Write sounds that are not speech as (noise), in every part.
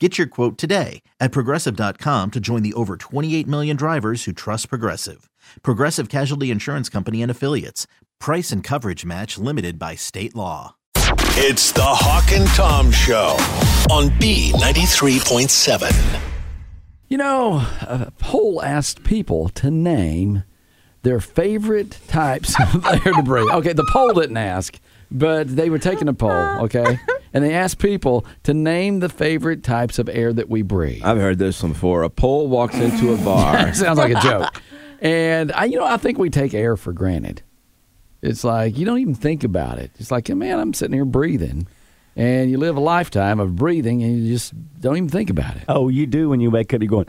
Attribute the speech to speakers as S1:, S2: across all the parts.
S1: Get your quote today at progressive.com to join the over 28 million drivers who trust Progressive. Progressive Casualty Insurance Company and Affiliates. Price and coverage match limited by state law.
S2: It's the Hawk and Tom Show on B93.7.
S3: You know, a poll asked people to name their favorite types of (laughs) air debris. Okay, the poll didn't ask, but they were taking a poll, okay? And they asked people to name the favorite types of air that we breathe.
S4: I've heard this one before. A pole walks into a
S3: (laughs)
S4: bar.
S5: (laughs)
S3: Sounds like a joke. And I, you know, I think we take air for granted. It's like you don't even think about it. It's like, man, I'm sitting here breathing, and you live a lifetime of breathing, and you just don't even think about it.
S5: Oh, you do when you wake up, you're going,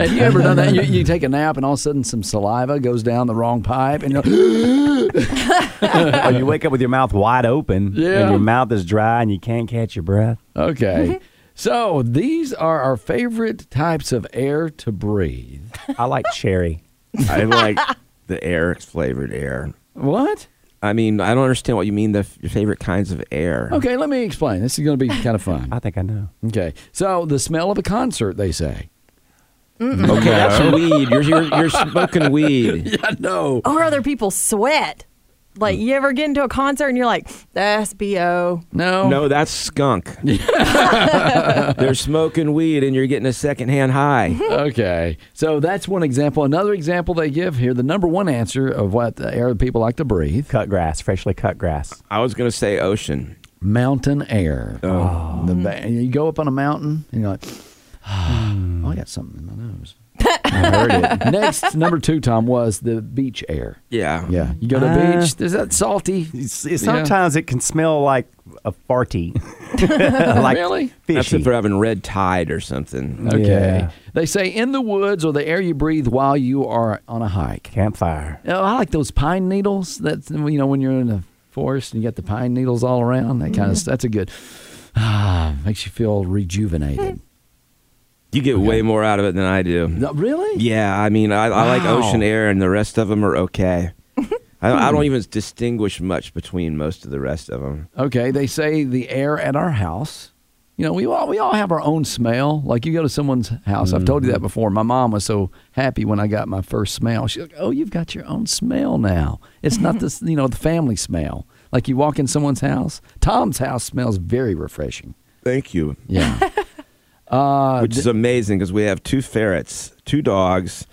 S3: Have you ever done that? You, (laughs) you take a nap, and all of a sudden, some saliva goes down the wrong pipe, and you're,
S5: oh, you wake up with your mouth wide open
S3: Yeah.
S5: and your mouth is dry and you can't catch your breath.
S3: (gasps) (laughs) okay. So these are our favorite types of air to breathe.
S5: I
S3: (laughs)
S5: like cherry.
S4: (laughs) I like the air, it's flavored air.
S3: What?
S4: I mean, I don't understand what you mean. The f- your favorite kinds of air.
S3: Okay, let me explain. This is going to be kind of fun. (laughs)
S5: I think I know.
S3: Okay, so the smell of a concert, they say.
S4: Okay, that's weed. You're, you're you're
S3: (laughs)
S4: smoking weed.
S3: (laughs) Yeah, no.
S6: or other people sweat. Like you ever get into a concert and you're like, that's bo.
S3: No.
S4: No, that's skunk. They're smoking weed, and you're getting a secondhand high.
S3: Okay, so that's one example. Another example they give here, the number one answer of what the air people like to breathe,
S5: Cut grass, freshly cut grass.
S4: I was gonna say ocean.
S3: mountain air. Oh. The, ba- you go up on a mountain, and you're like, (sighs) oh, I got something in my nose. I heard it. Next, number two, Tom, was the beach air.
S4: Yeah.
S3: Yeah, you go to the
S5: Uh,
S3: beach. Is that salty?
S5: It's, it's
S3: Yeah.
S5: sometimes it can smell like a
S3: (laughs)
S5: farty. like
S3: Really?
S4: That's
S5: Fishy.
S4: if they're having red tide or something.
S3: Okay.
S5: Yeah.
S3: They say in the woods or the air you breathe while you are on a hike.
S5: Campfire.
S3: Oh, I like those pine needles. That's you know when you're in the forest and you got the pine needles all around. That kind of that's a good. Ah, makes you feel rejuvenated.
S4: You get way more out of it than I do.
S3: No, really?
S4: Yeah, I mean, I, I like
S3: Wow.
S4: ocean air, and the rest of them are
S3: (laughs)
S4: okay. I, I don't even distinguish much between most of the rest of them.
S3: Okay. They say the air at our house. You know, we all we all have our own smell. Like you go to someone's house. I've told
S5: Mm-hmm.
S3: you that before. My mom was so happy when I got my first smell. She's like, "Oh, you've got your own smell now. It's not this, you know, the family smell. Like you walk in someone's house. Tom's house smells very refreshing.
S4: Thank you.
S3: Yeah. Uh,
S4: Which is amazing because we have two ferrets, two dogs.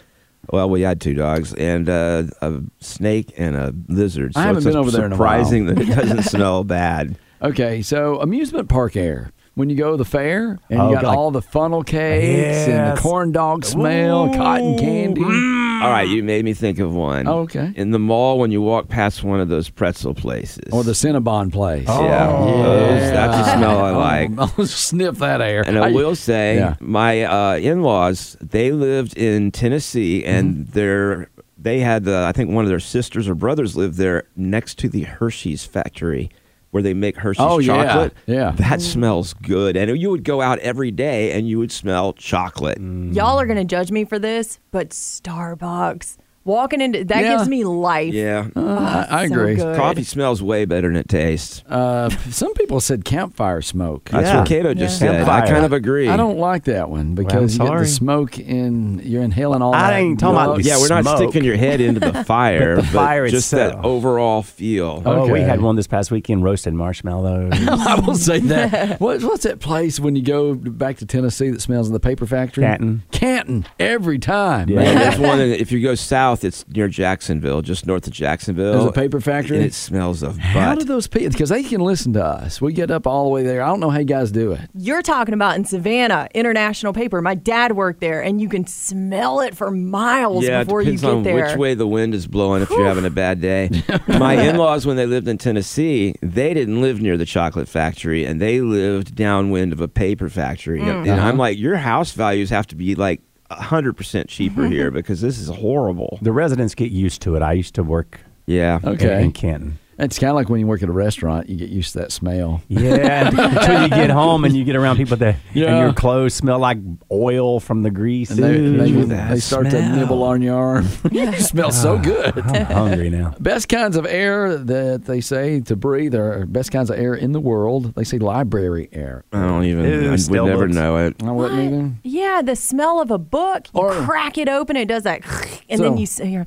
S4: Well, we had two dogs and uh, a snake and a lizard.
S3: I haven't
S4: it's
S3: been over there in a while.
S4: surprising that
S3: (laughs)
S4: it doesn't smell bad.
S3: (laughs) Okay, so amusement park air. When you go to the fair and you
S5: Oh,
S3: got
S5: God.
S3: all the funnel cakes and the
S5: Yes. Mm.
S3: corn dog smell, cotton candy.
S4: All right, you made me think of one.
S3: Oh, okay.
S4: In the mall, when you walk past one of those pretzel places,
S3: Or Oh, the Oh, Cinnabon place.
S5: Oh,
S4: yeah, those- that's the smell I like.
S3: (laughs) I'll sniff that air. uh,
S4: And I will say,
S3: Yeah.
S4: my uh, in-laws they lived in Tennessee, and
S3: Mm-hmm.
S4: their they had the I think one of their sisters or brothers lived there next to the Hershey's factory where they make Hershey's
S3: Oh, yeah.
S4: chocolate.
S3: Yeah. Mm.
S4: that smells good, and you would go out every day
S3: Mm.
S4: and you would smell chocolate.
S6: Y'all are gonna judge me for this, but Starbucks. Walking into that
S3: Yeah.
S6: gives me life.
S4: Yeah.
S3: I, I
S6: so
S3: agree.
S6: good.
S4: Coffee smells way better than it tastes.
S3: Uh, some people said campfire smoke.
S4: That's
S5: Yeah.
S4: what Cato just
S5: Yeah.
S4: said. I
S5: Campfire.
S4: kind of agree.
S3: I don't like that one because you get the
S5: sorry.
S3: smoke in. You're inhaling all.
S5: I
S3: that
S5: ain't talking
S3: muck. (laughs)
S5: about-
S4: Yeah, we're not
S5: Smoke.
S4: sticking your head into the fire,
S5: But the fire
S4: just that
S5: itself.
S4: overall feel.
S3: Oh.
S5: Oh, we
S3: Okay.
S5: had one this past weekend,
S3: (laughs)
S5: roasted marshmallows.
S3: I will say
S5: (laughs)
S3: that. What, what's that place when you go back to Tennessee that smells in the paper factory?
S5: Canton.
S3: Canton every time.
S5: Yeah.
S3: man.
S4: And
S3: (laughs)
S4: there's one. in- If you go south, it's near Jacksonville, just north of Jacksonville.
S3: There's a paper factory?
S4: and it smells of
S3: How
S4: butt.
S3: do those people? Because they can listen to us. We get up all the way there. I don't know how you guys do it.
S6: You're talking about in Savannah, International Paper. My dad worked there, and you can smell it for miles
S4: yeah, it
S6: before you
S4: depends
S6: get
S4: on
S6: there.
S4: which way the wind is blowing. If you're having a bad
S6: (laughs)
S4: day, my in-laws when they lived in Tennessee, they didn't live near the chocolate factory, and they lived downwind of a paper factory.
S6: Mm.
S4: And
S3: Uh-huh.
S4: I'm like, your house values have to be like hundred percent cheaper
S6: (laughs)
S4: here because this is horrible.
S5: the residents get used to it. I used to work
S4: Yeah.
S3: Okay.
S5: in Canton.
S3: It's kind of like when you work at a restaurant, you get used to that smell.
S5: Yeah, (laughs) until you get home and you get around people that
S3: Yeah.
S5: and your clothes smell like oil from the grease.
S3: And they,
S5: Ooh,
S3: they,
S4: that
S3: they start to
S4: smell.
S3: nibble on your arm. (laughs) it smells
S6: Uh-huh.
S3: so good. (laughs)
S5: I'm hungry now.
S3: Best kinds of air that they say to breathe are best kinds of air in the world. They say library air.
S4: I don't even.
S5: Ew,
S4: I would
S5: stale
S4: never
S5: books.
S4: know it.
S3: I wouldn't even.
S6: Yeah, the smell of a book. You
S3: Or-
S6: crack it open, it does that, and
S3: So-
S6: then you say, "You're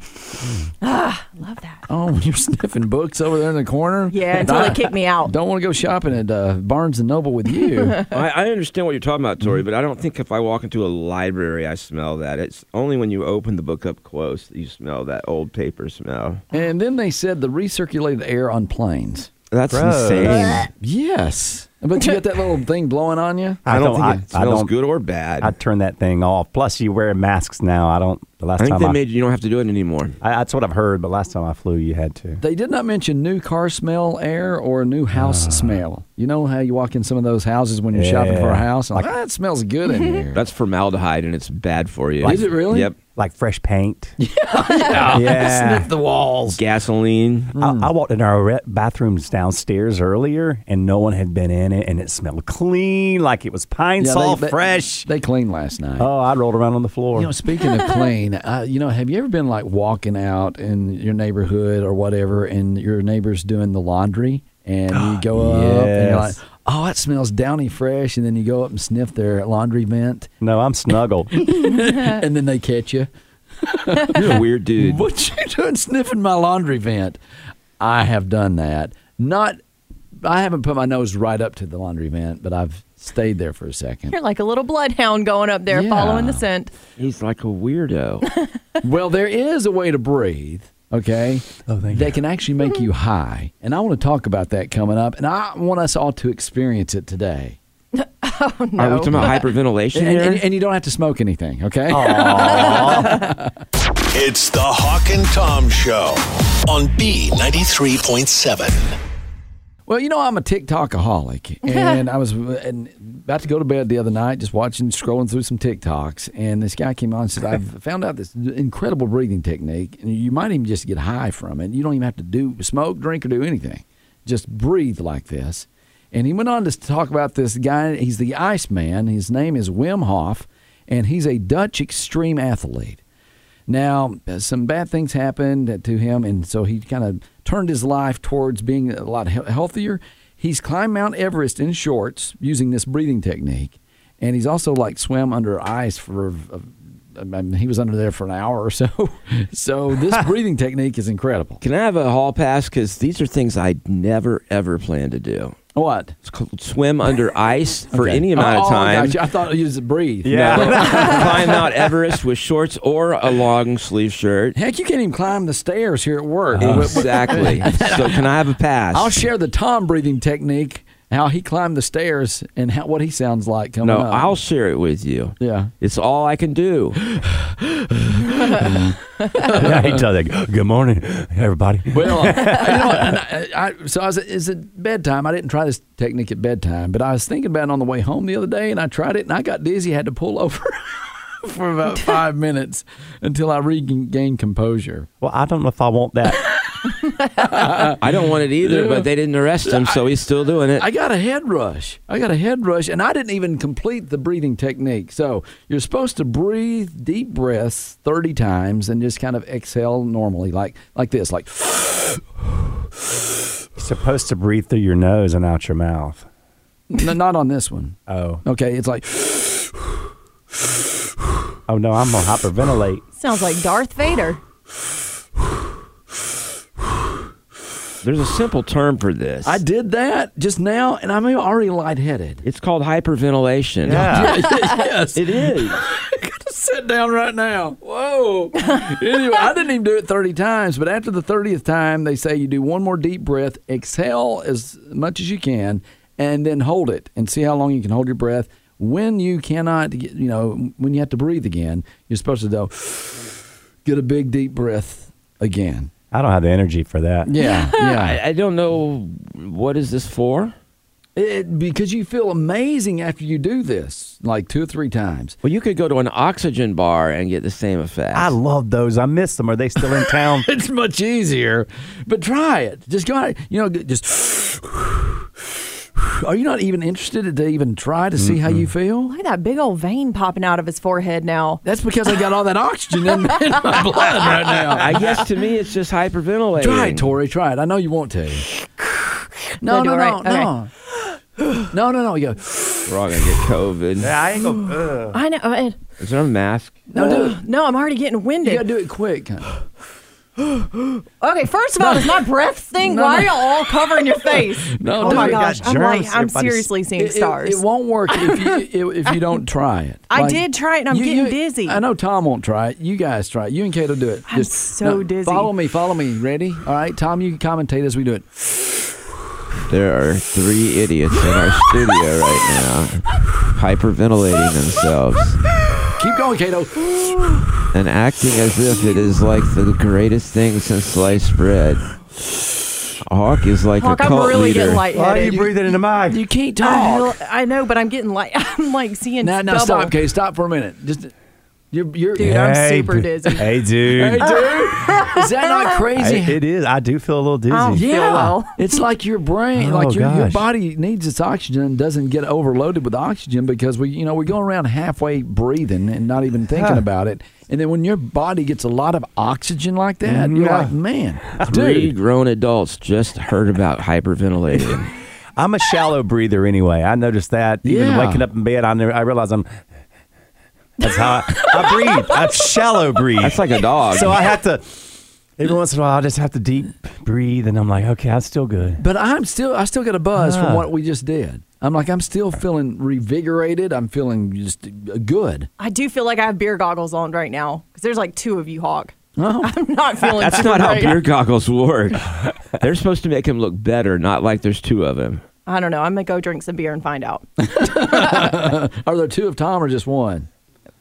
S6: ah, love that."
S3: Oh, (laughs) when you're sniffing books over there in the corner.
S6: Yeah, until they kick me out.
S3: Don't want to go shopping at uh, Barnes and Noble with
S6: (laughs)
S3: you.
S4: I, I understand what you're talking about, Tori, but I don't think if I walk into a library, I smell that. It's only when you open the book up close that you smell that old paper smell.
S3: and then they said the recirculated air on planes.
S4: That's
S5: Gross.
S4: insane.
S3: Yes, but
S6: (laughs)
S3: you get that little thing blowing on you.
S4: I don't,
S5: I,
S4: think it
S5: I
S4: smells
S5: don't-
S4: good or bad.
S5: I turn that thing off. Plus, you wear masks now. I don't. The last
S4: I think
S5: time
S4: they
S5: I,
S4: made you, you don't have to do it anymore.
S5: I, that's what I've heard. But last time I flew, you had to.
S3: They did not mention new car smell air or new house smell. You know how you walk in some of those houses when you're shopping for a
S5: Yeah.
S3: house? and like, ah, it smells good in here.
S4: That's formaldehyde, and it's bad for you.
S3: Is it really?
S4: Yep.
S5: Like fresh
S3: (laughs)
S5: paint. yeah.
S3: Sniff the Mm. walls.
S4: Gasoline.
S5: I, I walked in our re- bathrooms downstairs earlier, and no one had been in it, and it smelled clean, like it was pine
S3: Yeah,
S5: sol
S3: they- they-
S5: fresh.
S3: They cleaned last night.
S5: oh, I rolled around on the floor.
S3: You know, speaking of clean, uh, you know, have you ever been like walking out in your neighborhood or whatever, and your neighbor's doing the laundry, and you go up and you're like,
S5: Yes.
S3: "Oh, it smells downy fresh," and then you go up and sniff their laundry vent,
S5: no,
S3: (laughs)
S5: I'm snuggled.
S3: and then they catch you.
S4: You're a weird dude.
S3: What you (laughs) doing sniffing my laundry vent? I have done that. Not, I haven't put my nose right up to the laundry vent, but I've stayed there for a second.
S6: You're like a little bloodhound going up there,
S3: Yeah.
S6: following the scent.
S4: He's like a weirdo.
S3: Well, there is a way to breathe, okay?
S5: Oh, thank
S3: that
S5: you. Mm-hmm.
S3: can actually make you high. And I want to talk about that coming up. And I want us all to experience it today.
S4: Are we talking about hyperventilation
S3: And,
S4: here?
S3: and, and you don't have to smoke anything, okay?
S2: It's the Hawk and Tom Show on B93.7.
S3: Well, you know, I'm a TikTokaholic, and I was uh, and about to go to bed the other night, just watching, scrolling through some TikToks, and this guy came on and said, "I've found out this incredible breathing technique, and you might even just get high from it. You don't even have to do smoke, drink, or do anything. Just breathe like this." And he went on to talk about this guy. He's the Iceman. His name is Wim Hof, and he's a Dutch extreme athlete. Now, uh, some bad things happened to him, and so he kind of turned his life towards being a lot he- healthier. He's climbed Mount Everest in shorts using this breathing technique, and he's also like swam under ice for. Uh, I mean, he was under there for an hour or so. (laughs) so
S4: (laughs)
S3: this breathing technique is incredible.
S4: Can I have a hall pass? Because these are things I never, ever plan to do.
S3: What?
S4: It's called swim under ice for
S3: Okay.
S4: any amount
S3: Oh,
S4: of time.
S3: I, got you. I thought you just breathe.
S5: Yeah.
S4: No. (laughs) climb Mount Everest with shorts or a long sleeve shirt.
S3: Heck, you can't even climb the stairs here at work.
S4: Oh,
S3: (laughs)
S4: Exactly. so can I have a pass?
S3: I'll share the Tom breathing technique, how he climbed the stairs, and how, what he sounds like coming
S4: No,
S3: up.
S4: I'll share it with you.
S3: Yeah.
S4: It's all I can do.
S5: (laughs) yeah, he does it. Good morning, everybody.
S3: Well, you know, what, and I, I, so I was, is it bedtime? I didn't try this technique at bedtime, but I was thinking about it on the way home the other day, and I tried it, and I got dizzy, had to pull over (laughs) for about five minutes until I regained composure.
S5: Well, I don't know if I want that.
S4: I don't want it either, but they didn't arrest him, so he's still doing it.
S3: I got a head rush. I got a head rush, and I didn't even complete the breathing technique. So you're supposed to breathe deep breaths 30 times and just kind of exhale normally, like like this, like (laughs)
S5: You're supposed to breathe through your nose and out your mouth.
S3: no, not on this one.
S5: Oh.
S3: Okay, it's like
S5: Oh no, I'm gonna hyperventilate.
S6: Sounds like Darth Vader.
S4: There's a simple term for this.
S3: I did that just now, and I'm already lightheaded.
S4: it's called hyperventilation.
S3: yes,
S4: It is.
S3: sit down right now. Whoa. anyway, I didn't even do it 30 times, but after the 30th time, they say you do one more deep breath, exhale as much as you can, and then hold it and see how long you can hold your breath. When you cannot, get- you know, when you have to breathe again, you're supposed to go get a big deep breath again.
S5: I don't have the energy for that.
S3: Yeah, yeah.
S4: I, I don't know what is this for.
S3: It, because you feel amazing after you do this, like two or three times.
S4: Well, you could go to an oxygen bar and get the same effect.
S5: I love those. I miss them. Are they still in town?
S3: (laughs) it's much easier. But try it. Just go out. You know, just. (sighs) Are you not even interested to even try to see how you feel?
S6: Look at that big old vein popping out of his forehead now.
S3: That's because I got all that oxygen in, in my blood right now.
S4: I guess to me, it's just hyperventilating.
S3: Try it, Tori. Try it. I know you want to. No,
S6: Do
S3: no,
S6: I do
S3: no,
S6: all
S3: no. No, no, no. You go.
S4: We're all gonna get COVID.
S5: I ain't gonna, ugh.
S6: I know. uh,
S4: Is there a mask?
S3: No, dude.
S6: No, I'm already getting
S3: You
S6: winded.
S3: gotta do it quick.
S6: okay, first of all, does my breath thing? Why are y'all all covering your face?
S4: (laughs)
S3: No,
S6: oh
S3: dude.
S6: my
S3: You
S5: got
S6: gosh, I'm like,
S5: germs,
S6: I'm
S5: everybody's-
S6: seriously seeing
S3: It- it-
S6: stars.
S3: It,
S6: (gasps)
S3: won't work if
S6: (laughs)
S3: you if you don't try it.
S6: I did try it and I'm getting dizzy.
S3: I know Tom won't try it. You guys try it. You and Kate will do it.
S6: I'm so dizzy.
S3: Follow me. Follow me. Ready? All right, Tom. You commentate as we do it.
S4: There are three idiots in our studio right now, hyperventilating themselves
S3: Keep going, Kato.
S4: and acting as if it is like the greatest thing since sliced bread. Hawk is like
S6: Hawk,
S4: a
S6: I'm
S4: cult
S6: really
S4: leader.
S6: getting
S5: Why are you
S6: lightheaded.
S5: breathing into my?
S3: You can't
S6: I
S3: talk.
S6: know- I know, but I'm getting like (laughs) I'm like seeing
S3: Now, now
S6: double.
S3: stop, Kate. Stop for a minute. Just you're you're.
S6: Dude, I'm
S5: Hey,
S6: super
S5: d-
S6: dizzy.
S5: Hey,
S3: Hey,
S5: dude.
S3: dude. Is that
S6: (laughs)
S3: not
S5: I-
S3: crazy?
S5: it is. I do feel a little dizzy.
S6: Oh.
S3: yeah,
S6: feel well.
S3: (laughs) it's like your brain,
S5: Oh,
S3: like your, your
S5: gosh.
S3: body needs its oxygen and doesn't get overloaded with oxygen because we, you know, we go around halfway breathing and not even thinking
S5: Huh.
S3: about it. And then when your body gets a lot of oxygen like that, you're
S5: Yeah.
S3: like,
S5: (laughs)
S3: man,
S4: Three
S3: dude,
S4: grown adults just heard about hyperventilating.
S5: I'm a shallow breather anyway. I noticed that. Even
S3: Yeah.
S5: waking up in bed, I, knew, I realize I'm. That's how I, I breathe. I shallow breathe.
S4: That's like a dog.
S5: So I have to. Every once in a while, I just have to deep breathe, and I'm like, okay, I'm still good.
S3: but I'm still, I still got a buzz from
S5: Huh.
S3: what we just did. I'm like, I'm still feeling revigorated. I'm feeling just good.
S6: I do feel like I have beer goggles on right now because there's like two of you, Hawk. (laughs) I'm not feeling.
S4: That's
S6: super
S4: not how
S6: great.
S4: beer goggles work. They're supposed to make him look better, not like there's two of him.
S6: I don't know. I'm gonna go drink some beer and find out.
S3: Are there two of Tom or just one?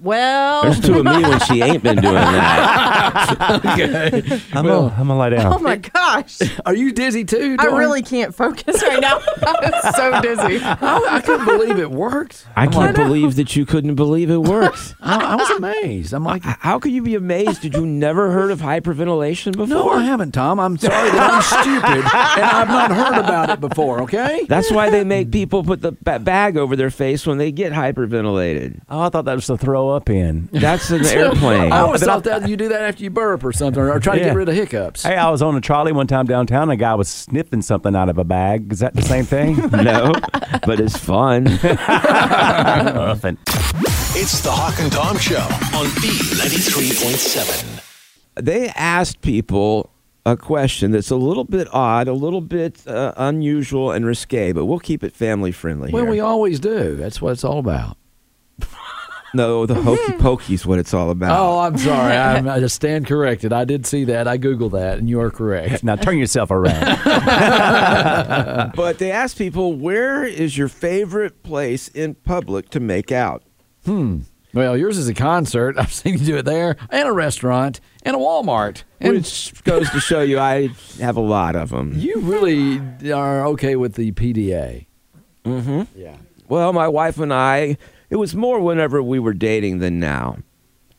S6: Well,
S4: There's two of me when she ain't been doing
S3: (laughs)
S4: that.
S5: I'm gonna I'm gonna lie down.
S6: (laughs) oh my gosh,
S3: Are you dizzy too?
S6: I
S3: Dawn?
S6: really can't focus right now. (laughs) I'm so dizzy.
S3: I, I couldn't believe it worked.
S4: I can't believe that you couldn't believe
S3: (laughs)
S4: it works.
S3: I, I was amazed. I'm like,
S4: How could you be amazed? Did you never heard of hyperventilation before?
S3: No, I haven't, Tom. I'm sorry that I'm stupid and I've not heard about it before, okay?
S4: That's why they make people put the ba- bag over their face when they get hyperventilated.
S5: (laughs) Oh, I thought that was the throw up in.
S3: (laughs)
S4: That's an airplane. Oh,
S3: I always thought that you do that after you burp or something or try to
S5: Yeah.
S3: get rid of hiccups.
S5: Hey, I was on a trolley one time downtown. A guy was sniffing something out of a bag. Is that the same (laughs) thing?
S4: No, but it's fun. (laughs)
S5: Nothing.
S2: It's the Hawk and Tom Show on B93.7.
S4: they asked people a question that's a little bit odd, a little bit uh, unusual and risque, but we'll keep it family friendly
S3: Well,
S4: here.
S3: we always do. That's what it's all about. (laughs)
S4: no, the hokey pokey's what it's all about.
S3: Oh, I'm sorry. I'm, I just stand corrected. I did see that. I Googled that, and you are
S5: (laughs)
S3: correct.
S5: Now turn yourself around. (laughs)
S4: Oh, But they asked people, where is your favorite place in public to make out?
S3: Well, yours is a concert. I've seen you do it there, and a restaurant, and a Walmart. And
S4: Which goes to show you I have a lot of them.
S3: you really are okay with the PDA.
S4: Well, my wife and I, it was more whenever we were dating than now.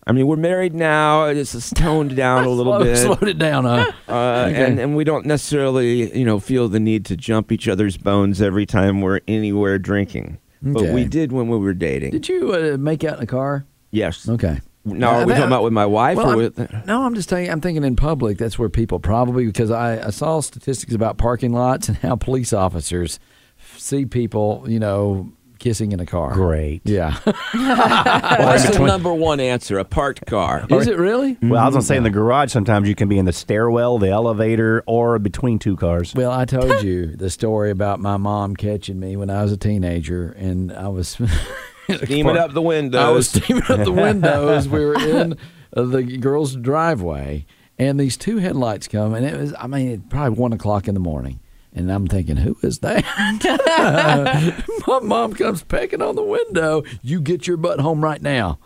S4: I mean, we're married now. It's stoned down
S3: (laughs)
S4: a little
S3: Slow-
S4: bit.
S3: Slowed it down, huh?
S4: Uh,
S3: Okay.
S4: and, and we don't necessarily, you know, feel the need to jump each other's bones every time we're anywhere drinking. But
S3: Okay.
S4: we did when we were dating.
S3: Did you uh, make out in the car?
S4: yes.
S3: Okay.
S4: Now, are we talking about with my wife
S3: Well,
S4: or
S3: I'm-
S4: with?
S3: no, I'm just telling you, I'm thinking in public, that's where people probably, because I, I saw statistics about parking lots and (laughs) how police officers f- see people, you know, kissing in a car.
S5: Great.
S3: Yeah.
S4: That's the number one answer: a parked car.
S3: Is it really?
S5: Well, I was gonna say in the garage sometimes you can be in the stairwell, the elevator, or between two cars.
S3: Well, I told you the story about my mom catching me when I was a teenager, and I was (laughs)
S4: Steaming up the windows.
S3: I was steaming up
S5: (laughs)
S3: the windows. we were in uh, the girl's driveway, and these two headlights come, and it was I mean it probably one o'clock in the morning, and I'm thinking, who is that? (laughs) my mom comes pecking on the window. You get your butt home right now.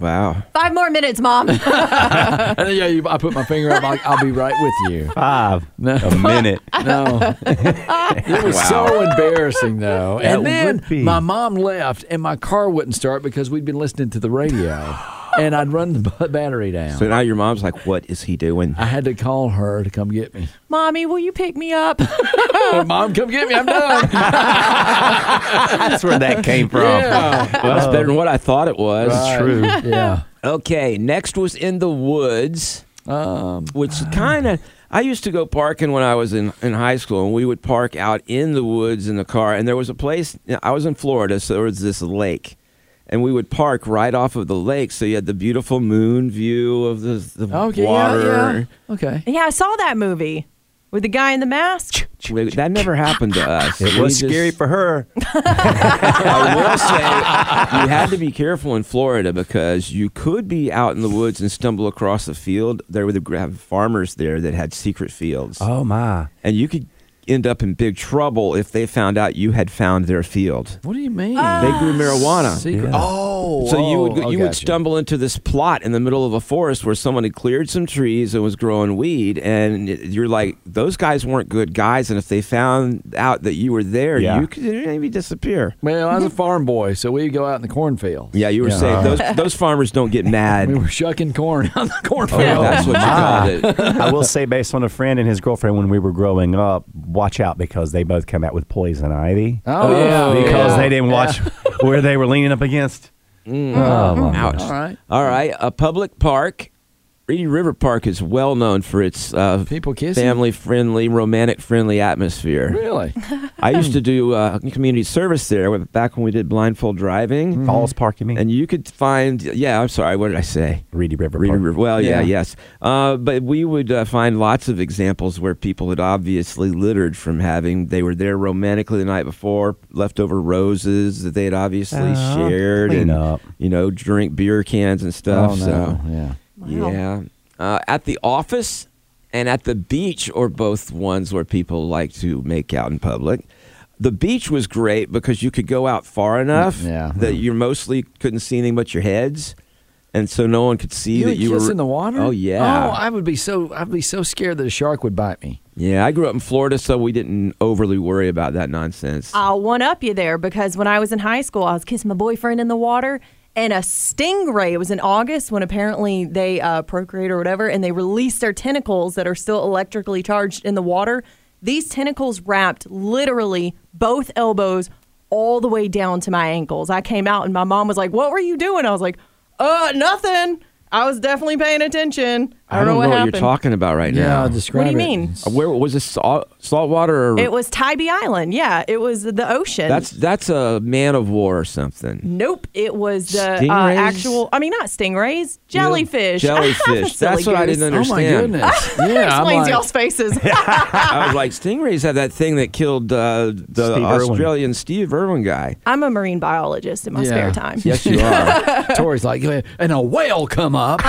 S4: wow.
S6: Five more minutes, mom. (laughs)
S3: And then, yeah, you, I put my finger up. Like, I'll be right with you.
S5: Five
S3: No.
S5: a minute.
S3: No.
S5: (laughs)
S3: it was so embarrassing, though.
S5: It
S3: And then
S5: would be.
S3: my mom left, and my car wouldn't start because we'd been listening to the radio, and I'd run the b- battery down.
S4: So now your mom's like, "What is he doing?"
S3: I had to call her to come get me.
S6: Mommy, will you pick me up?
S3: Oh, (laughs) Mom, come get me. I'm done.
S5: That's where that came from.
S4: Well, that's better than what I thought it was.
S5: True.
S3: yeah.
S4: Okay, next was in the woods, which kind of. I used to go parking when I was in, in high school, and we would park out in the woods in the car. And there was a place, I was in Florida, so there was this lake. And we would park right off of the lake, so you had the beautiful moon view of the, the
S3: Okay. Yeah,
S4: water.
S3: yeah. Okay.
S6: yeah, I saw that movie with the guy in the mask.
S4: We- that never happened to us.
S5: It
S4: We
S5: was
S4: just-
S5: scary for her.
S4: I will
S3: (laughs)
S4: say you had to be careful in Florida because you could be out in the woods and stumble across a field. There were the have farmers there that had secret fields,
S3: Uh-huh.
S5: Oh my.
S4: and you could end up in big trouble if they found out you had found their field.
S3: What do you mean?
S6: Uh,
S4: They grew marijuana.
S3: Secret. Oh.
S4: So you would
S3: oh,
S4: go-
S3: Ah, I
S4: you
S3: gotcha.
S4: would stumble into this plot in the middle of a forest where someone had cleared some trees and was growing weed, and it- you're like, those guys weren't good guys, and if they found out that you were there,
S5: Yeah.
S4: you could maybe disappear.
S3: Well, I was a farm boy, so we'd go out in the cornfield.
S4: Yeah, you were saying those those farmers don't get mad.
S3: (laughs) We were shucking corn (laughs) on the cornfield.
S4: Oh, Yeah, that's what you called it.
S5: I will say, based on a friend and his girlfriend when we were growing up, watch out because they both come out with poison ivy
S3: Oh, yeah.
S5: because
S3: yeah.
S5: they didn't watch (laughs) where they were leaning up against. Oh, my
S4: Ouch.
S3: All right.
S4: All right, a public park. Reedy River Park is well known for its uh,
S3: People kissing?
S4: family friendly, romantic friendly atmosphere.
S3: Really?
S4: I used to do uh, community service there with- back when we did blindfold driving.
S3: Mm.
S5: Falls Park, you mean?
S4: Mm-hmm. And you could find, yeah, I'm sorry, what did I say?
S5: Reedy River
S4: Reedy
S5: Park.
S4: River. Well, yeah,
S5: Yeah.
S4: yes. Uh, but we would uh, find lots of examples where people had obviously littered from having, they were there romantically the night before, leftover roses that they had obviously
S5: Oh,
S4: shared, and,
S5: clean up.
S4: you know, drink beer cans and stuff.
S3: oh, no.
S4: So,
S3: Yeah.
S6: Wow.
S4: yeah. Uh, at the office and at the beach are both ones where people like to make out in public. The beach was great because you could go out
S5: Mm,
S4: far enough
S3: yeah.
S4: that
S5: hmm.
S4: you mostly couldn't see anything but your heads, and so no one could see
S3: You
S4: that
S3: would
S4: you
S3: kiss
S4: were
S3: in the water?
S4: Oh yeah,
S3: Oh, I would be so I'd be so scared that a shark would bite me.
S4: yeah. I grew up in Florida, so we didn't overly worry about that nonsense.
S6: I'll one up you there because when I was in high school, I was kissing my boyfriend in the water and a stingray. It was in August when apparently they uh, procreate or whatever and they released their tentacles that are still electrically charged in the water. These tentacles wrapped literally both elbows all the way down to my ankles. I came out and my mom was like, What were you doing? I was like, Uh, nothing. I was definitely paying attention. I
S4: I
S6: don't,
S4: don't
S6: what
S4: know what
S6: happened.
S4: you're talking about right now.
S3: describe
S6: What do you
S3: it.
S6: mean?
S4: Where was this salt, salt water? Or,
S6: It was Tybee Island. Yeah, it was the ocean.
S4: that's that's a man of war or something.
S6: (laughs) Nope, it was the uh,
S4: Stingrays?
S6: actual. I mean, not stingrays, jellyfish. (laughs)
S4: Jellyfish.
S6: Silly
S4: That's what I didn't
S6: goose.
S4: understand.
S3: Oh
S6: (laughs)
S3: my goodness!
S6: That
S3: yeah, I'm
S6: explains
S3: like,
S4: (laughs)
S6: y'all's faces.
S4: I was like, stingrays have that thing that killed uh, the
S5: Steve Irwin.
S4: Australian Steve Irwin guy.
S6: I'm a marine biologist in my
S3: Yeah.
S6: spare time.
S4: Yes, you
S3: (laughs)
S4: are.
S3: Tori's like, and a whale come
S5: (laughs)
S3: up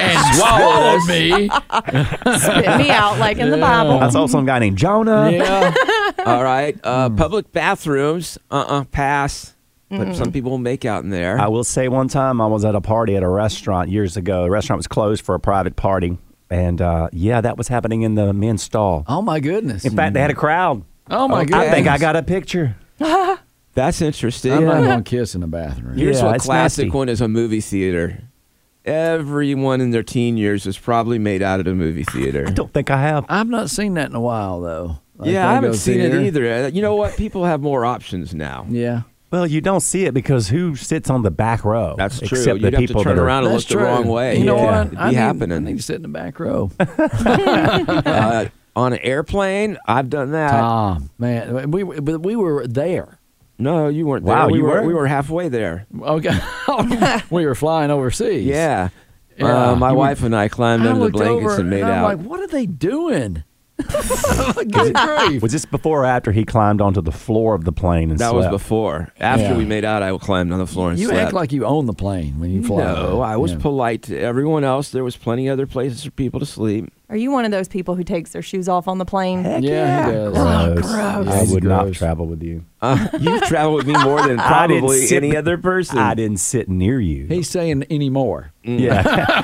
S3: and swallowed me.
S6: Spit me out like in the
S5: I
S6: Bible.
S5: saw some guy named Jonah.
S3: Yeah,
S4: All right. Uh, Public bathrooms, uh uh pass. But some people make out in there.
S5: I will say one time I was at a party at a restaurant years ago. The restaurant was closed for a private party. And uh, yeah, that was happening in the men's stall.
S3: Oh my goodness!
S5: In fact, they had a crowd.
S3: oh my
S4: Okay.
S3: goodness!
S5: I think I got a picture.
S4: That's interesting.
S3: I'm not gonna kiss in the bathroom.
S4: Here's
S5: Yeah,
S4: what
S5: it's
S4: classic
S5: nasty.
S4: one is a movie theater. everyone in their teen years was probably made out at a movie theater.
S5: I don't think I have.
S3: I've not seen that in a while though. Like,
S4: yeah,
S3: when
S4: I
S3: you
S4: haven't
S3: go
S4: seen
S3: theater.
S4: it either. Uh, You know what? People have more options now.
S3: Yeah.
S5: Well, you don't see it because who sits on the back row?
S4: That's true.
S5: Except
S4: You'd
S5: the
S4: have
S5: people
S4: to turn
S5: that are,
S4: around and look
S3: That's
S4: the
S3: true.
S4: wrong way.
S3: You know
S4: Yeah.
S3: what?
S4: It'd be
S3: I need, I
S4: happening.
S3: need to sit in the back
S4: (laughs)
S3: row.
S4: uh, on an airplane, I've done that.
S3: Tom, Ah, man, we we- but we were there.
S4: No, you weren't
S5: Wow,
S4: there. We
S5: you
S4: were,
S5: were?
S4: we were halfway there.
S3: Okay, (laughs) we were flying overseas.
S4: Yeah.
S3: Yeah.
S4: Uh, my
S3: You were-
S4: wife and I climbed
S3: I
S4: under the
S3: looked
S4: blankets
S3: over
S4: and made
S3: I'm
S4: out.
S3: like, what are they doing? (laughs) Good grief.
S5: Was this before or after he climbed onto the floor of the plane and
S4: that was
S5: slept?
S4: before. After
S3: Yeah.
S4: we made out, I climbed on the floor and
S3: You
S4: slept.
S3: act like you own the plane when you fly.
S4: no, I was
S3: Yeah.
S4: polite to everyone else. There was plenty other places for people to sleep.
S6: Are you one of those people who takes their shoes off on the plane?
S3: Yeah, he does.
S5: I would not
S3: Gross.
S5: travel with you.
S4: Uh,
S5: (laughs)
S4: you've traveled with me more than
S5: I didn't
S4: probably
S5: sit-
S4: any other person.
S5: I didn't sit near you.
S3: He's saying anymore.
S4: (laughs)
S5: yeah,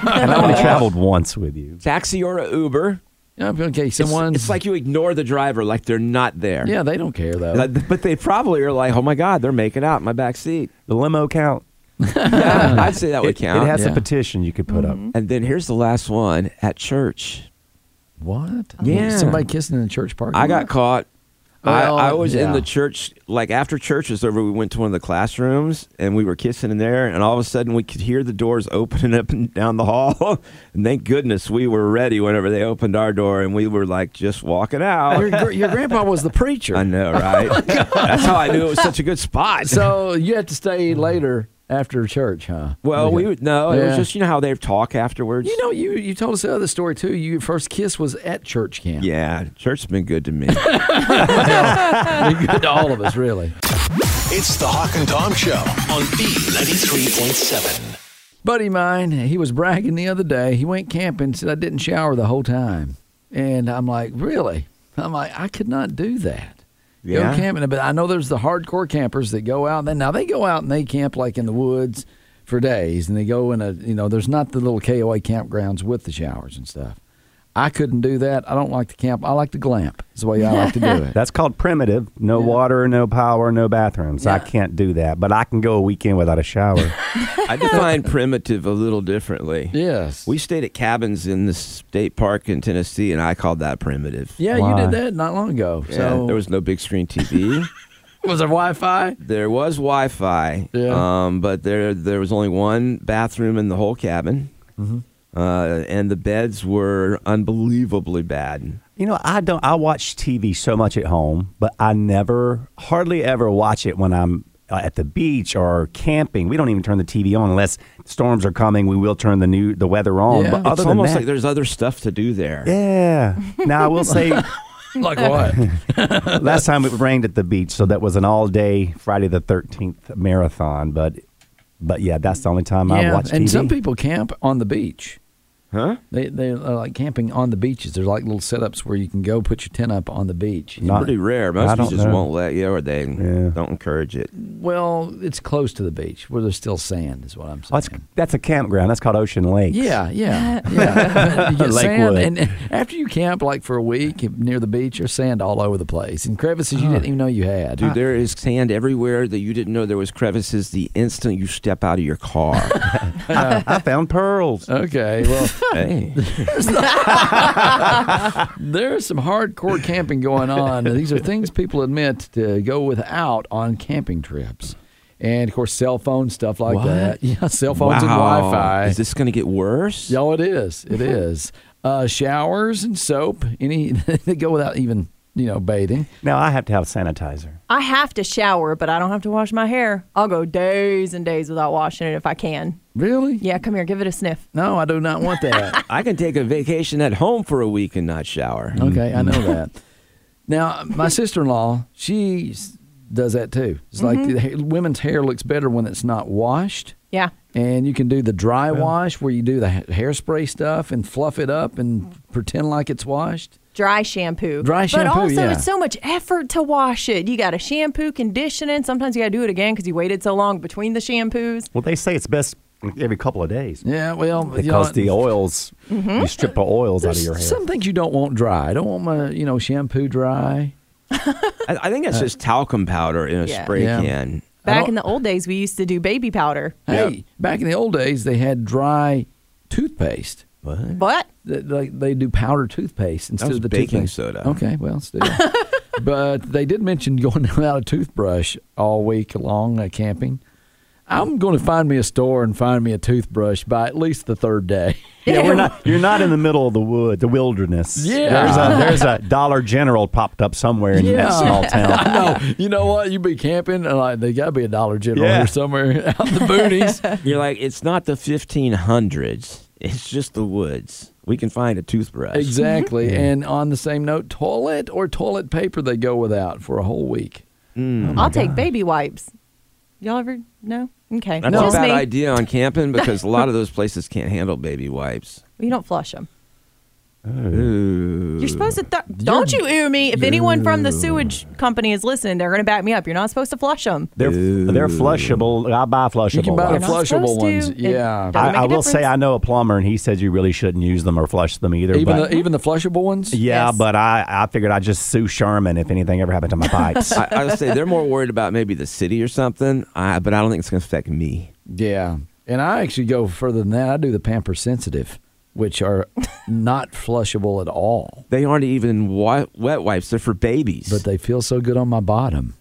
S5: and I only traveled once with you.
S4: Taxi or a Uber.
S3: Okay,
S4: It's-
S3: someone.
S4: It's, like you ignore the driver, like they're not there.
S3: yeah, they don't care though.
S4: Like, But they probably are like, oh my God, they're making out in my back seat.
S5: The limo count. (laughs)
S4: Yeah, I'd say that would
S5: It,
S4: count. Mm-hmm.
S5: it has
S3: Yeah.
S5: a petition you could put up.
S4: and then here's the last one at church.
S3: what?
S4: Yeah.
S3: somebody kissing in the church parking.
S4: I got
S3: lot?
S4: caught.
S3: Well,
S4: I, I was in
S3: yeah.
S4: the church, like after church was over, we went to one of the classrooms and we were kissing in there. And all of a sudden, we could hear the doors opening (laughs) up and down the hall. (laughs) and thank goodness we were ready whenever they opened our door and we were like just walking
S3: Your,
S4: out.
S3: gr- your grandpa was the preacher. (laughs)
S4: I know, right? That's how I knew it was such a good spot.
S3: Oh So you had to stay later after church, huh?
S4: (laughs) well, we would, no, it
S3: Yeah.
S4: was just, you know, how they talk afterwards.
S3: You know, you you told us the other story too. Your first kiss was at church camp.
S4: yeah, church's been good
S3: (laughs)
S4: to me.
S3: Be good to (laughs) all of us, really.
S2: It's the Hawk and Tom Show on B93.7.
S3: Buddy of mine, he was bragging the other day. He went camping, said I didn't shower the whole time, and I'm like, really? I'm like, I could not do that.
S4: Yeah.
S3: Go camping, but I know there's the hardcore campers that go out. And now they go out and they camp like in the woods for days, and they go in a you know, there's not the little KOA campgrounds with the showers and stuff. I couldn't do that. I don't like to camp. I like to glamp. Is the way I like to do
S4: (laughs)
S3: it.
S5: That's called primitive. No water, no power, no bathrooms. I can't do that, but I can go a weekend without
S4: (laughs)
S5: a shower.
S4: I define primitive a little differently.
S3: yes.
S4: We stayed at cabins in the state park in Tennessee, and I called that primitive.
S3: Yeah,
S5: Why?
S3: you did that not long ago.
S4: Yeah,
S3: so
S4: there was no big screen
S5: (laughs)
S4: TV.
S3: was there Wi-Fi?
S4: there was Wi-Fi,
S3: Yeah.
S4: um, but there there was only one bathroom in the whole cabin,
S5: Mm-hmm.
S4: uh, and the beds were unbelievably bad.
S5: You know, I don't. I watch TV so much at home, but I never, hardly ever watch it when I'm uh, at the beach or camping. We don't even turn the TV on unless storms are coming. We will turn the new the weather on.
S3: Yeah.
S5: But
S3: It's
S5: other
S4: it's
S5: than
S4: almost
S5: that,
S4: like there's other stuff to do there. (laughs)
S5: yeah. Now I will say,
S3: like what?
S5: last time it rained at the beach, so that was an all day Friday the Thirteenth marathon. But, but yeah, that's the only time I
S3: yeah,
S5: watch TV.
S3: and some people camp on the beach.
S4: Huh?
S3: They they are like camping on the beaches. There's like little setups where you can go put your tent up on the beach.
S5: Not-
S4: Pretty rare.
S5: I
S4: Most people
S5: don't
S4: just
S5: know.
S4: won't let you, or they
S5: Yeah.
S4: don't encourage it.
S3: Well, it's close to the beach where there's still sand, is what I'm
S5: Oh, that's,
S3: saying.
S5: that's a campground. That's called Ocean Lake. (laughs)
S3: yeah, yeah, yeah. You get sand,
S5: Lakewood.
S3: and after you camp like for a week near the beach, there's sand all over the place and crevices you didn't even know you had.
S4: Dude, there is sand everywhere that you didn't know there was crevices the instant you step out of your car.
S5: (laughs) I, I found pearls.
S3: Okay, well.
S4: hey.
S3: There's some hardcore camping going
S4: (laughs)
S3: on. These are things people admit to go without on camping trips. And of course, cell phone stuff like
S4: What?
S3: that. (laughs) Yeah, cell phones and
S4: Wow.
S3: Wi Fi.
S4: Is this going to get worse?
S3: Yo, it is. It is. Uh, showers and soap. Any (laughs) they go without even you know bathing.
S5: Now I have to have sanitizer.
S6: I have to shower, but I don't have to wash my hair. I'll go days and days without washing it if I can.
S3: Really?
S6: Yeah, come here, give it a sniff.
S3: No, I do not want that.
S4: I can take a vacation at home for a week and not shower.
S3: okay, I
S4: Mm-hmm.
S3: know that. Now, my sister in law, she s- does that too. It's like the, ha- women's hair looks better when it's not washed.
S6: Yeah.
S3: And you can do the dry wash where you do the ha- hairspray stuff and fluff it up and pretend like it's washed.
S6: Dry shampoo.
S3: Dry shampoo,
S6: But also,
S3: yeah.
S6: it's so much effort to wash it. You got to shampoo, condition it. Sometimes you got to do it again because you waited so long between the shampoos.
S5: Well, they say it's best every couple of days
S3: Yeah, well, you
S5: because
S3: know,
S5: the oils, you strip the oils out of
S3: there's
S5: your hair.
S3: some things you don't want dry. I don't want my you know shampoo dry.
S4: I, I think that's just talcum powder in a
S6: Yeah.
S4: spray
S3: Uh, Yeah.
S4: can.
S6: Back
S3: don't-
S6: in the old days, we used to do baby powder.
S3: Hey, back in the old days, they had dry toothpaste.
S6: But
S3: They, they, they do powder toothpaste instead
S4: was
S3: of the
S4: baking
S3: toothpaste.
S4: soda.
S3: Okay, well, still. (laughs) but they did mention going (laughs) without a toothbrush all week long uh, camping. I'm going to find me a store and find me a toothbrush by at least the third day. (laughs)
S5: Yeah, we're not. You're not in the middle of the wood, the wilderness.
S3: Yeah.
S5: there's a
S3: (laughs)
S5: there's a Dollar General popped up somewhere in that
S3: Yeah.
S5: small
S3: (laughs)
S5: town.
S3: I
S5: (laughs)
S3: know. You know what? You be camping, and like, they got to be a Dollar General
S5: Yeah.
S3: here somewhere (laughs) out in the boonies. (laughs)
S5: (laughs)
S4: You're like, it's not the 1500s. It's just the woods. We can find a toothbrush.
S3: Exactly. And on the same note, toilet or toilet paper they go without for a whole week.
S6: I'll take baby wipes. Y'all ever? No? Okay.
S4: That's
S6: Just
S4: a bad
S6: me.
S4: idea on camping because a lot of those places can't handle baby wipes.
S6: You don't flush them.
S4: Ooh.
S6: You're supposed to. Th- don't you ear me. If anyone from the sewage company is listening, they're going to back me up. You're not supposed to flush them.
S5: They're they're flushable. I buy flushable.
S3: You can buy the
S5: wipes.
S6: You're not
S3: flushable
S6: supposed to.
S3: ones.
S6: It
S3: yeah.
S6: doesn't
S5: I,
S6: make
S5: I
S6: a
S5: will say
S6: difference.
S5: I know a plumber, and he says you really shouldn't use them or flush them either.
S3: Even
S5: but
S3: the, even the flushable ones?
S5: yeah,
S6: Yes.
S5: but I, I figured I'd just sue Sherman if anything ever happened to my
S6: (laughs)
S5: pipes.
S4: I, I would say they're more worried about maybe the city or something, I, but I don't think it's going to affect me.
S3: Yeah. And I actually go further than that. I do the pamper sensitive, which
S5: (laughs)
S3: are not flushable at all,
S4: They aren't even wi- wet wipes. They're for babies.
S3: but they feel so good on my bottom.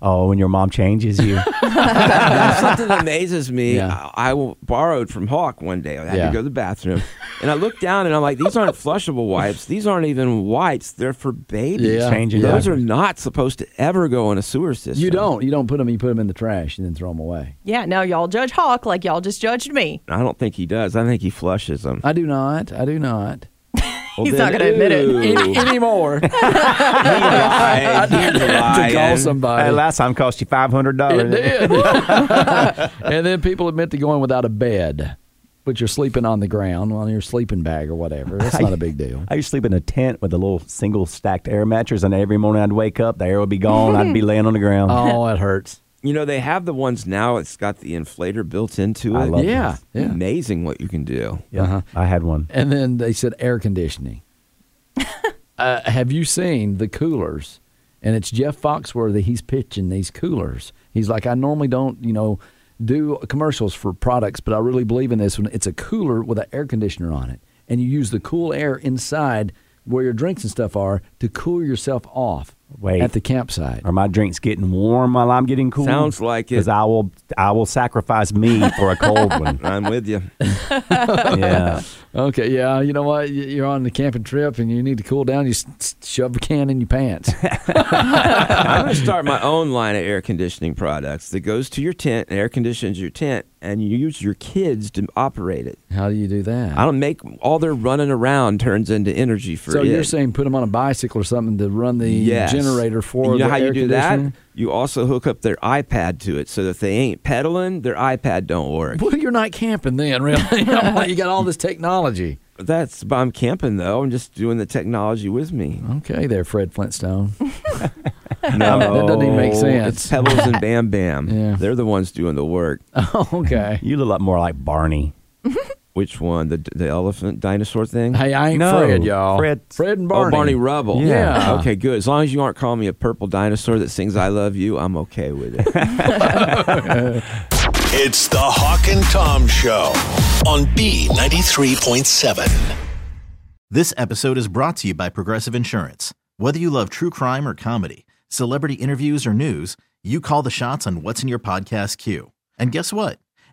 S5: oh, when your mom changes you.
S4: Now, (laughs) something that amazes me.
S3: Yeah.
S4: I, I borrowed from Hawk one day. I had
S3: Yeah.
S4: to go to the bathroom, and I looked down and I'm like, "These aren't flushable wipes. These aren't even wipes. They're for babies.
S3: Yeah.
S5: Changing
S4: Those are
S5: diapers.
S4: not supposed to ever go in a sewer system.
S3: You don't. You don't put them, you put them in the trash and then throw them away.
S6: Yeah, now y'all judge Hawk like y'all just judged me.
S4: I don't think he does. I think he flushes them.
S3: I do not. I do not.
S4: Well,
S6: He's
S4: then-
S6: not gonna admit it.
S4: Ooh.
S3: Any, anymore.
S4: (laughs)
S6: (laughs)
S4: He lied. He
S3: (laughs) to call (laughs)
S4: lied.
S3: somebody.
S5: Hey, last time cost you five hundred
S3: It
S5: dollars. (laughs)
S3: did. and then people admit to going without a bed, but you're sleeping on the ground on your sleeping bag or whatever. That's not a big deal.
S5: I used to sleep in a tent with a little single stacked air mattress, and every morning I'd wake up, the air would be gone,
S6: (laughs)
S5: I'd be laying on the
S3: (laughs)
S5: ground.
S3: Oh, it hurts.
S4: You know, they have the ones now. It's got the inflator built into it.
S5: I love
S3: Yeah,
S4: It's
S3: yeah.
S4: Amazing what you can do.
S5: Yeah,
S3: Uh-huh.
S5: I had one.
S3: And then they said air (laughs) conditioning. uh, have you seen the coolers? And it's Jeff Foxworthy. He's pitching these coolers. He's like, I normally don't, you know, do commercials for products, but I really believe in this one. It's a cooler with an air conditioner on it, and you use the cool air inside where your drinks and stuff are to cool yourself off
S5: Wait.
S3: at the campsite.
S5: Are my drinks getting warm while I'm getting cool?
S4: Sounds like it.
S5: Because I will, I will sacrifice me for a cold one.
S3: (laughs)
S4: I'm with you.
S5: Yeah.
S3: Okay, yeah, you know what? You- You're on the camping trip and you need to cool down. You s- s- shove a can in your
S4: (laughs)
S3: pants.
S4: I'm going to start my own line of air conditioning products that goes to your tent and air conditions your tent, and you use your kids to operate it.
S3: How do you do that?
S4: I don't make all their running around turns into energy for
S3: so
S4: it.
S3: you're saying put them on a bicycle or something to run the
S4: Yes.
S3: generator for
S4: And you know
S3: the
S4: how
S3: air
S4: you do that?
S3: conditioning?
S4: You also hook up their iPad to it, so that if they ain't pedaling, their iPad don't work.
S3: Well, you're not camping then, really. (laughs) I'm like, you got all this technology.
S4: That's but I'm camping though. I'm just doing the technology with
S3: (laughs)
S4: me.
S3: Okay, there, Fred Flintstone. (laughs)
S4: No,
S3: that doesn't even make
S4: It's
S3: sense.
S4: Pebbles
S3: (laughs)
S4: and Bam Bam.
S3: Yeah.
S4: They're the ones doing the work.
S3: okay.
S5: You look a lot more like Barney.
S4: Which one? The the elephant dinosaur thing?
S3: Hey, I ain't
S5: No,
S3: Fred, y'all.
S5: Fred-
S3: Fred and
S4: Oh,
S3: Barney.
S4: Barney Rubble.
S3: Yeah.
S4: Okay, good. As long as you aren't calling me a purple dinosaur that sings "I Love You," I'm okay with it.
S2: It's the Hawk and Tom Show on B93.7.
S1: This episode is brought to you by Progressive Insurance. Whether you love true crime or comedy, celebrity interviews or news, you call the shots on what's in your podcast queue. And guess what?